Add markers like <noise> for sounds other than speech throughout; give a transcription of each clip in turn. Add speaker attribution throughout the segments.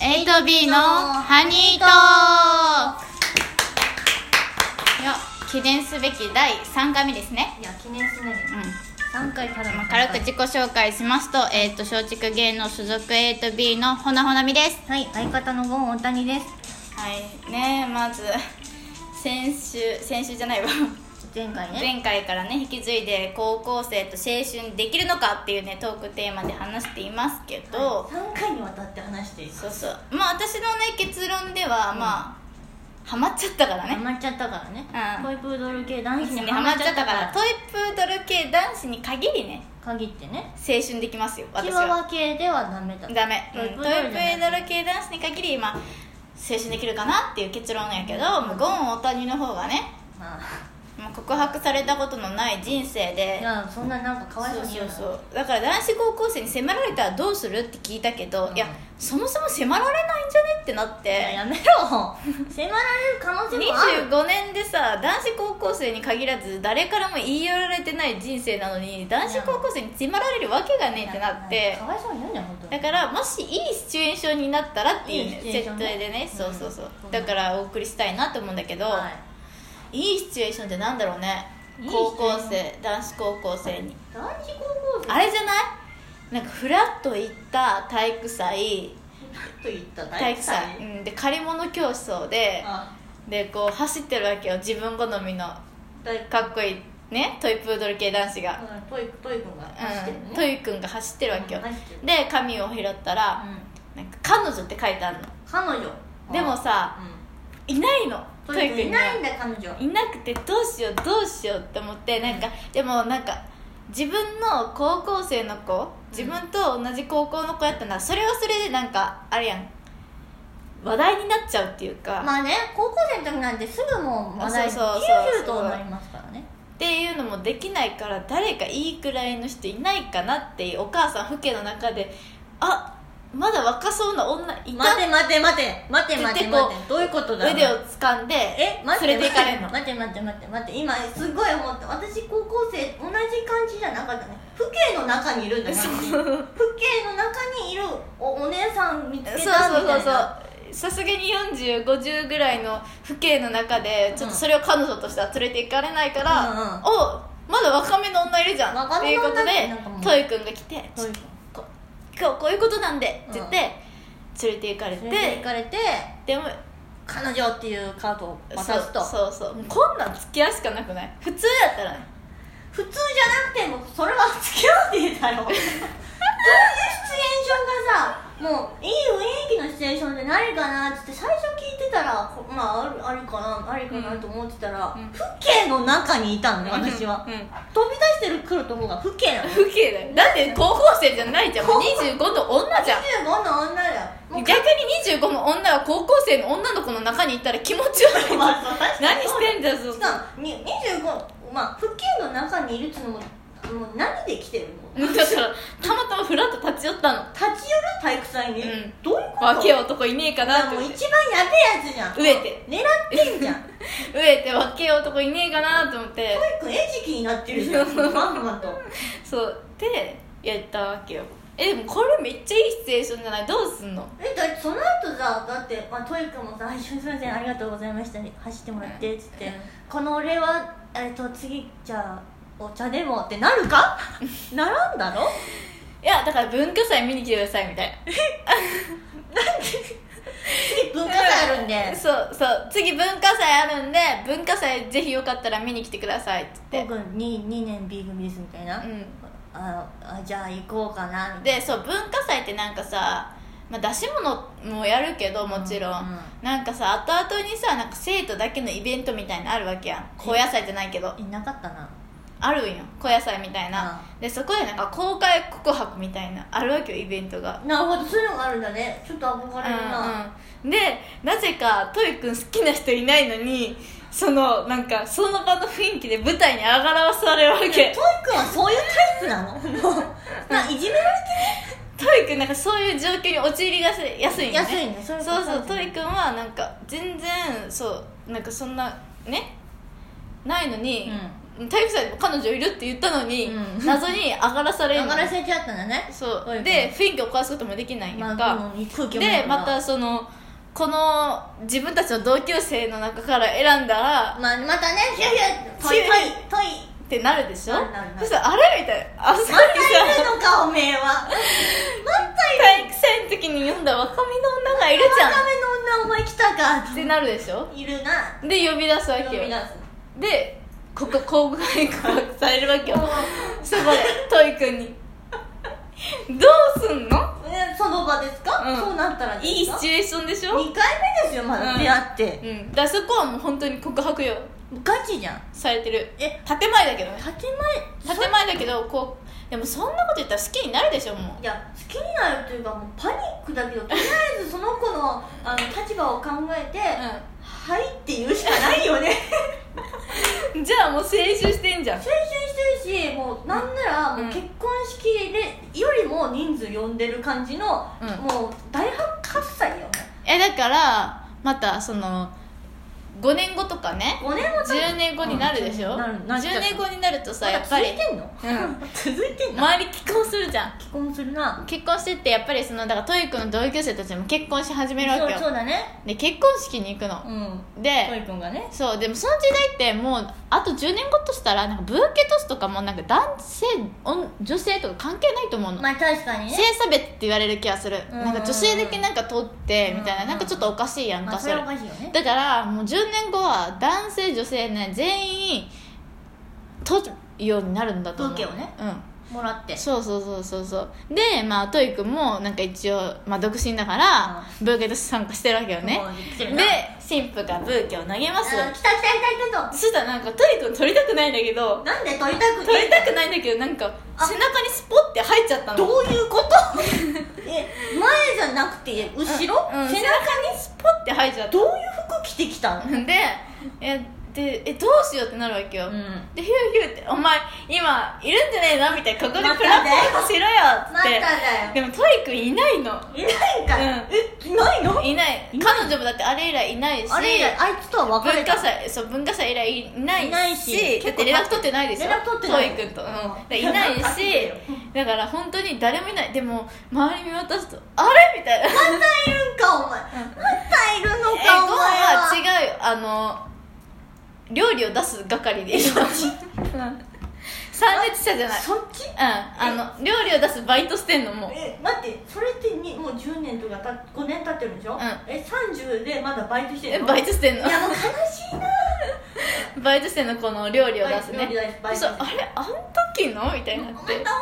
Speaker 1: 8B のハニートいや記念すべき第3回目ですね
Speaker 2: いや記念すべき
Speaker 1: うん
Speaker 2: 3回ただの
Speaker 1: 軽く自己紹介しますと,、えー、と松竹芸能所属 8B のほなほなみです
Speaker 2: はい相方のゴン大谷です
Speaker 1: はいねまず先週先週じゃないわ
Speaker 2: 前回ね
Speaker 1: 前回からね引き継いで高校生と青春できるのかっていうねトークテーマで話していますけど、
Speaker 2: 3回にわたって話して
Speaker 1: そうそうまあ私のね結論では、まあハマっちゃったから
Speaker 2: ハ
Speaker 1: ね
Speaker 2: マっちゃったからね
Speaker 1: うん
Speaker 2: トイプードル系男子
Speaker 1: に
Speaker 2: に
Speaker 1: ハマっちゃったからトイプードル系男子に限りね
Speaker 2: 限ってね
Speaker 1: 青春できますよ
Speaker 2: チ
Speaker 1: 私
Speaker 2: ワ
Speaker 1: は
Speaker 2: ワ系ではダメだ
Speaker 1: ダメ、うん、トイプードル
Speaker 2: 系
Speaker 1: 系男子に限り今青春できるかなっていう結論やけど、もうゴン・オタニの方がね
Speaker 2: ま
Speaker 1: もう告白されたことのない人生
Speaker 2: あ
Speaker 1: で
Speaker 2: いやそんななんかかわい
Speaker 1: そ
Speaker 2: そう
Speaker 1: う
Speaker 2: に
Speaker 1: そ
Speaker 2: 言う
Speaker 1: う
Speaker 2: な
Speaker 1: そうだから男子高校生に迫られたらどうするって聞いたけど、
Speaker 2: うん
Speaker 1: いやそもそも迫られないんじゃねってなって
Speaker 2: いややめろ迫られる可能性もある
Speaker 1: 25年でさ男子高校生に限らず誰からも言い寄られてない人生なのに男子高校生に迫られるわけがねえってなって
Speaker 2: かわいそうに言うね本当に
Speaker 1: だからもしいいシチュエーションになったらっていう
Speaker 2: いい
Speaker 1: ね
Speaker 2: シチュエー
Speaker 1: 絶
Speaker 2: ションね
Speaker 1: 対でねそうそうそう
Speaker 2: うん
Speaker 1: だからお送りしたいなと思うんだけど
Speaker 2: はい
Speaker 1: いいシチュエーションってなんだろうね
Speaker 2: いいシチュエー
Speaker 1: 高
Speaker 2: ション
Speaker 1: 校生男子高校生に
Speaker 2: 男子高校生
Speaker 1: あれじゃないなんかフラッと行った体育祭
Speaker 2: と言った
Speaker 1: 体育祭、うん、で借り物競争で
Speaker 2: あ
Speaker 1: でこう走ってるわけよ自分好みの
Speaker 2: 体育
Speaker 1: かっこいいねトイプードル系男子が、
Speaker 2: うんトイトイ君が走ってる
Speaker 1: う
Speaker 2: ね
Speaker 1: ん、トイくんが走ってるわけよ
Speaker 2: うん走ってる
Speaker 1: で紙を拾ったら
Speaker 2: うん
Speaker 1: 「なんか彼女」って書いてあるの
Speaker 2: 彼女
Speaker 1: でもさ
Speaker 2: う
Speaker 1: いないの
Speaker 2: ん
Speaker 1: ト
Speaker 2: トイ
Speaker 1: イく
Speaker 2: 君
Speaker 1: ん
Speaker 2: い
Speaker 1: が
Speaker 2: ないんだ彼女
Speaker 1: いなくてどうしようどうしようって思ってなんか、でもなんか自分の高校生の子自分と同じ高校の子やったなそれはそれでなんかあれやん話題になっちゃうっていうか、
Speaker 2: まあね高校生の時なんてすぐもう話題にヒ
Speaker 1: そう
Speaker 2: ュ
Speaker 1: そうそう
Speaker 2: ーヒューとなりますからね
Speaker 1: っていうのもできないから誰かいいくらいの人いないかなっていうお母さん父兄の中であまだ若そうな女いた
Speaker 2: 待て待て待て待て待て
Speaker 1: でこう
Speaker 2: 待てどういうことだ
Speaker 1: 腕を掴んで
Speaker 2: え待って
Speaker 1: 連れて行かれるの
Speaker 2: 待って待って待って待って今すごい思った私高校生同じ感じじゃなかったね父兄の中にいるんだよ
Speaker 1: そう
Speaker 2: 父兄の中にいるおお姉さん見つけた
Speaker 1: そうそう
Speaker 2: みたい
Speaker 1: そ
Speaker 2: な
Speaker 1: うそうさすがに4050ぐらいの父兄の中でちょっとそれを彼女としては連れて行かれないから、
Speaker 2: うんうんうん
Speaker 1: おまだ若めの女いるじゃん
Speaker 2: 若
Speaker 1: っていう
Speaker 2: めの
Speaker 1: こと
Speaker 2: 女ってなんかもう
Speaker 1: でトイ君が来て
Speaker 2: そういう
Speaker 1: 「こ今日こういうことなんで」って言って連れて行かれて
Speaker 2: 連れて行かれて
Speaker 1: でも
Speaker 2: 彼女っていうカードを渡すと
Speaker 1: そうそうそうもうこんなん付き合うしかなくない普通やったらね
Speaker 2: 普通じゃなくてもそれは付き合うでいいだろうどういうシチュエーションがさもういい雰囲気のシチュエーションで何かなっつって最初聞いてたらこまああるあるかなありかなと思ってたら、
Speaker 1: うん
Speaker 2: 父兄の中にいたのね私は、
Speaker 1: うん
Speaker 2: 飛び出してる黒と方が父兄なの
Speaker 1: 不敬だよだって高校生じゃないじゃんもう25の女じゃん
Speaker 2: 25の女だよもう
Speaker 1: 逆に25の女は高校生の女の子の中にいたら気持ち悪い
Speaker 2: まあ確か
Speaker 1: 何
Speaker 2: に
Speaker 1: してんだよそ
Speaker 2: し
Speaker 1: う
Speaker 2: かもに25まあ父兄の中にいるっつうのももう何で来てるの
Speaker 1: だからたまたまフラッと立ち寄ったの
Speaker 2: 立ち寄る体育祭に、
Speaker 1: うん
Speaker 2: どういうこと
Speaker 1: 若え男いねえかなって
Speaker 2: もう
Speaker 1: 思っ
Speaker 2: 一
Speaker 1: て
Speaker 2: 番やべえやつじゃん
Speaker 1: 飢えて
Speaker 2: 狙ってんじゃん
Speaker 1: 飢えて若え男いねえかなと思って
Speaker 2: 保育餌食になってるじゃんまんまと
Speaker 1: そうでやったわけよえでもこれめっちゃいいシチュエーションじゃないどうすんの
Speaker 2: えだってその後さだって、まあ、トイ君もさ「一緒にすいませんありがとうございました走ってもらって」っつって、
Speaker 1: うん
Speaker 2: この俺は、えっと次じゃあお茶でもってなるか <laughs> ならんだろ
Speaker 1: いやだから文化祭見に来てくださいみたいな
Speaker 2: 次文化祭あるんで
Speaker 1: そうそう次文化祭あるんで文化祭ぜひよかったら見に来てくださいっつって
Speaker 2: 僕 2, 2年 B 組ですみたいな、
Speaker 1: う
Speaker 2: ああじゃあ行こうかなみ
Speaker 1: ん
Speaker 2: たい
Speaker 1: でそう文化祭ってなんかさ、まあ、出し物もやるけど
Speaker 2: な
Speaker 1: もちろん、
Speaker 2: う
Speaker 1: なんかさ後々にさなんか生徒だけのイベントみたいなのあるわけやん高野祭じゃないけど
Speaker 2: えなかったな
Speaker 1: あるんよ高野祭みたいな、でそこでなんか公開告白みたいなあるわけよイベントが
Speaker 2: なるほどそういうのがあるんだねちょっと憧れるな、
Speaker 1: うんうん、でなぜかトイくん好きな人いないのにそのなんかその場の雰囲気で舞台に上がらされるわけ
Speaker 2: トイくんはそういうタイプなのないじめら
Speaker 1: トイくんなんかそういう状況に陥りがす安い
Speaker 2: れ
Speaker 1: ん
Speaker 2: て
Speaker 1: ね
Speaker 2: 安いねそ
Speaker 1: そううそうトイくんはなんか全然そうなんかそんなねないのに、体育祭でも彼女いるって言ったのに、
Speaker 2: うん
Speaker 1: 謎に上がらされる
Speaker 2: 上がらせちゃったんだね
Speaker 1: そう、
Speaker 2: はいはい
Speaker 1: で雰囲気を壊すこともできないんやんか、
Speaker 2: まあでも空気読めな
Speaker 1: で
Speaker 2: いから
Speaker 1: またそのこの自分たちの同級生の中から選んだらっ
Speaker 2: まあ、またねヒューヒュートイ
Speaker 1: ヒューヒ
Speaker 2: トイトイ
Speaker 1: てなるでしょ
Speaker 2: なるなるなる
Speaker 1: そしたらあれみたいなあそこに
Speaker 2: ま
Speaker 1: さ
Speaker 2: たいるのかおめえはまたい
Speaker 1: 体
Speaker 2: る
Speaker 1: 育祭の時に読んだ若身の女がいるじゃん
Speaker 2: ための女お前来たか
Speaker 1: ってなるでしょ
Speaker 2: いるな
Speaker 1: で呼び出すわけ
Speaker 2: 呼び出
Speaker 1: よ
Speaker 2: す
Speaker 1: でここ公開告白されるわけよ
Speaker 2: う
Speaker 1: そこでトイ君に「どうすんの?
Speaker 2: んえその場ですか、
Speaker 1: うん
Speaker 2: そうなったら」ですか
Speaker 1: いいシチュエーションでしょ
Speaker 2: 2回目ですよまだ
Speaker 1: うん
Speaker 2: 出会って、
Speaker 1: うん、だからそこはもう本当に告白よ
Speaker 2: ガチじゃん
Speaker 1: されてる
Speaker 2: え
Speaker 1: 建前だけどね
Speaker 2: 建前
Speaker 1: 建前だけどこうでもそんなこと言ったら好きになるでしょも
Speaker 2: いや好きになるというかもうパニックだけどとりあえずその子のあの立場を考えて、
Speaker 1: う、
Speaker 2: はいって言うしかないよ
Speaker 1: <laughs>
Speaker 2: ね
Speaker 1: うん、じゃあもう青春してんじゃん
Speaker 2: 青春してるしもうなんならもう結婚式でよりも人数呼んでる感じの、
Speaker 1: うん
Speaker 2: もう大発祭よ
Speaker 1: えだからまたその5年後とかね
Speaker 2: 5年も経っ
Speaker 1: 10年後になるでしょ、
Speaker 2: うんなるなっちゃう
Speaker 1: 10年後になるとさ
Speaker 2: ま
Speaker 1: や
Speaker 2: だ
Speaker 1: っぱ
Speaker 2: 続い
Speaker 1: り
Speaker 2: てんの、
Speaker 1: うん
Speaker 2: <laughs> 続いてんの
Speaker 1: 周り既婚するじゃん
Speaker 2: 結婚するな
Speaker 1: 結婚してってやっぱりそのだからトイックの同級生たちも結婚し始めるわけ
Speaker 2: そうそ
Speaker 1: よ
Speaker 2: うだね
Speaker 1: で結婚式に行く
Speaker 2: う
Speaker 1: の
Speaker 2: んト
Speaker 1: で
Speaker 2: イくんがね
Speaker 1: そうでもその時代ってもうあと10年後としたらなんかブーケトスとかもなんか男性女女性とか関係ないと思うの
Speaker 2: まあ確かにね
Speaker 1: 性差別って言われる気がする
Speaker 2: うん
Speaker 1: なんか女性だけなんか取ってみたいな
Speaker 2: うん
Speaker 1: なんかちょっとおかしいやん
Speaker 2: ま
Speaker 1: か
Speaker 2: あ
Speaker 1: そ
Speaker 2: それ
Speaker 1: れ
Speaker 2: はおかしいよね
Speaker 1: だからもう10年後は男性女性ね全員取るようになるんだと思う
Speaker 2: ブーケをね
Speaker 1: うん
Speaker 2: もらって
Speaker 1: そうそうそうそうそうでまあトイ君もなんか一応、まあ、独身だから、ブーケとして参加してるわけよね
Speaker 2: もう来て
Speaker 1: で
Speaker 2: るな
Speaker 1: 神父がブーケを投げま
Speaker 2: あ
Speaker 1: す
Speaker 2: ー来た来た来た来た
Speaker 1: そしたらなんかトイ君取りたくないんだけど
Speaker 2: となんで取りたく
Speaker 1: 取
Speaker 2: て
Speaker 1: りたくないんだけどなんか
Speaker 2: あ
Speaker 1: 背中にスポッて入っちゃったの
Speaker 2: どういうこと <laughs> え前じゃなくて
Speaker 1: う
Speaker 2: 後ろ、
Speaker 1: ん
Speaker 2: 背
Speaker 1: うん
Speaker 2: 中
Speaker 1: 背
Speaker 2: に
Speaker 1: 中にスポッて入っちゃった
Speaker 2: どういう服着てきたの
Speaker 1: でえでえどうしようってなるわけよ、
Speaker 2: ん
Speaker 1: でヒューヒューって「お前今いるんじゃねえな」みたいな「ここで
Speaker 2: 待った
Speaker 1: プ
Speaker 2: ね
Speaker 1: ラポーズしろよ」っつ
Speaker 2: ま
Speaker 1: った
Speaker 2: だ
Speaker 1: て
Speaker 2: よ
Speaker 1: でもトイ君いないの
Speaker 2: いないんかい、えいないの
Speaker 1: いない彼女もだってあれ以来いないし
Speaker 2: あれ以来あいつとは別れ
Speaker 1: 文
Speaker 2: た
Speaker 1: 化祭そう文化祭以来いないし
Speaker 2: いないし
Speaker 1: だ
Speaker 2: 結
Speaker 1: っ
Speaker 2: 構
Speaker 1: て連絡取ってないでしょ
Speaker 2: 連絡取ってない
Speaker 1: トイ君と、うん、
Speaker 2: うん
Speaker 1: だからいないし
Speaker 2: <laughs> 連絡取ってよ
Speaker 1: だから本当に誰もいないでも周り見渡すと「あれ?」みたいな「え
Speaker 2: またいるんかお前またいるのかお
Speaker 1: ご飯は
Speaker 2: 前は
Speaker 1: 違うよあの料理を出す係でいいのうん参列者じゃない
Speaker 2: そっち
Speaker 1: うんあの料理を出すバイトしてんのもう
Speaker 2: え待ってそれってにもう10年とかた5年経ってるんでしょ、
Speaker 1: ん
Speaker 2: え30でまだバイトして
Speaker 1: え
Speaker 2: るの
Speaker 1: バイトしてんの
Speaker 2: いやもう悲しいな
Speaker 1: バイトしてんのこの料理を出すね
Speaker 2: 料理出すバイト
Speaker 1: そうあれあん時のみたいにな
Speaker 2: また
Speaker 1: っ
Speaker 2: お
Speaker 1: て
Speaker 2: 前とか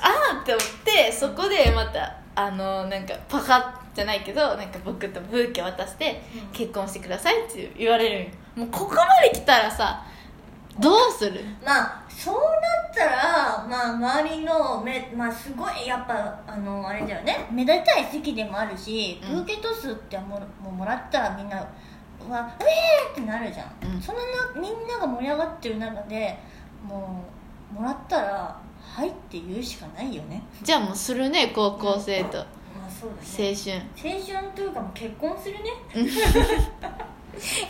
Speaker 1: あーって思ってそこでまたあのなんかパカッじゃないけどなんか僕とブーケ渡して
Speaker 2: うん
Speaker 1: 結婚してくださいって言われるんよもうここまで来たらさどうする
Speaker 2: まあそうなったら、まあ、周りの目、まあ、すごいやっぱあのあれだよね目立ちたい席でもあるし、
Speaker 1: うん
Speaker 2: ブーケトスってももうもらったらみんなは「うわええー!」ってなるじゃん、
Speaker 1: うん
Speaker 2: そのなみんなが盛り上がってる中でもうもらったら「はい」って言うしかないよね
Speaker 1: じゃあもうするね高校生と青
Speaker 2: まあそうだね
Speaker 1: 春
Speaker 2: 青春というかもう結婚するね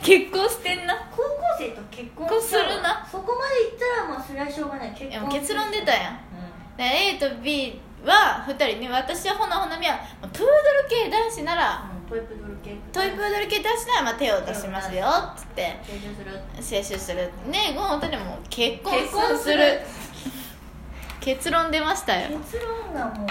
Speaker 1: 結婚してんな
Speaker 2: 高校生と結婚
Speaker 1: 婚するな
Speaker 2: そこまでいったらまあそれはしょうがない
Speaker 1: で
Speaker 2: 結婚
Speaker 1: も結論出たやん
Speaker 2: うん
Speaker 1: で A と B は2人ね私はほなほなみはプードル系男子なら
Speaker 2: トイプードル系
Speaker 1: トイプードル系男子ならまあ手を出しますよっつって
Speaker 2: 成長する
Speaker 1: 青春するねえご本当にもう結婚
Speaker 2: 結婚
Speaker 1: す
Speaker 2: す
Speaker 1: る
Speaker 2: る
Speaker 1: 結論出ましたよ
Speaker 2: 結論がも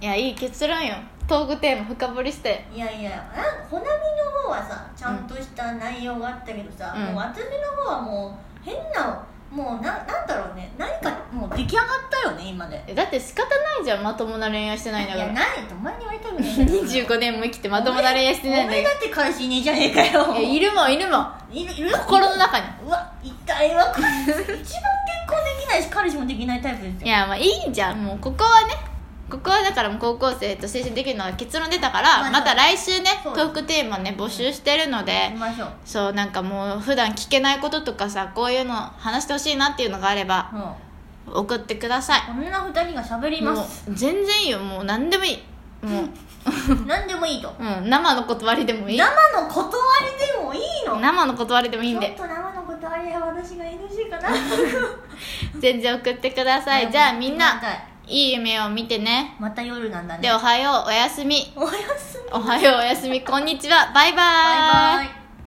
Speaker 1: いやいい結論よトークテーマ深掘りして
Speaker 2: ういやいやあほなみの方はさちゃんとした内容があったけどさ、
Speaker 1: うん
Speaker 2: もう私の方はもう変なもうななんだろうね何かもう出来上がったよね今で
Speaker 1: えだって仕方ないじゃんまともな恋愛してないんだ
Speaker 2: い
Speaker 1: か
Speaker 2: や
Speaker 1: ら
Speaker 2: ないとお前に言われたくない
Speaker 1: 25年も生きてまともな恋愛してないん
Speaker 2: お
Speaker 1: だ
Speaker 2: 前
Speaker 1: <laughs>
Speaker 2: だって彼氏いねえじゃねえかよ
Speaker 1: けどいやいるもんいるもん
Speaker 2: いるいる
Speaker 1: 心の中に
Speaker 2: うわ痛いわ彼氏一番結婚できないし彼氏もできないタイプです
Speaker 1: い
Speaker 2: よ
Speaker 1: やまあいいじゃんもうここはねここはだからもう高校生と青春できるのは結論出たから、
Speaker 2: まあ
Speaker 1: また来週ねト
Speaker 2: そうです
Speaker 1: ークテーマね募集してるので、
Speaker 2: 行きましょう
Speaker 1: そうなんかもう普段聞けないこととかさこういうの話してほしいなっていうのがあれば
Speaker 2: も
Speaker 1: 送ってくださ
Speaker 2: うこんな二人が喋
Speaker 1: い
Speaker 2: り
Speaker 1: も
Speaker 2: ます
Speaker 1: う全然いいよもう何でもいいもう、
Speaker 2: 何でもいいと
Speaker 1: うん、生の断りでもいい
Speaker 2: 生の断りでもいいの
Speaker 1: 生の断りでもいいん
Speaker 2: ちょ
Speaker 1: で
Speaker 2: っと生の断りいや私が NG かな
Speaker 1: 全然送ってくだ <laughs> さいじゃあみんな
Speaker 2: また
Speaker 1: いい夢を見てね
Speaker 2: また夜なんだね
Speaker 1: でおはようおやすみ
Speaker 2: おやすみ
Speaker 1: おはようおやすみこんにちはバイバイ
Speaker 2: バイバイ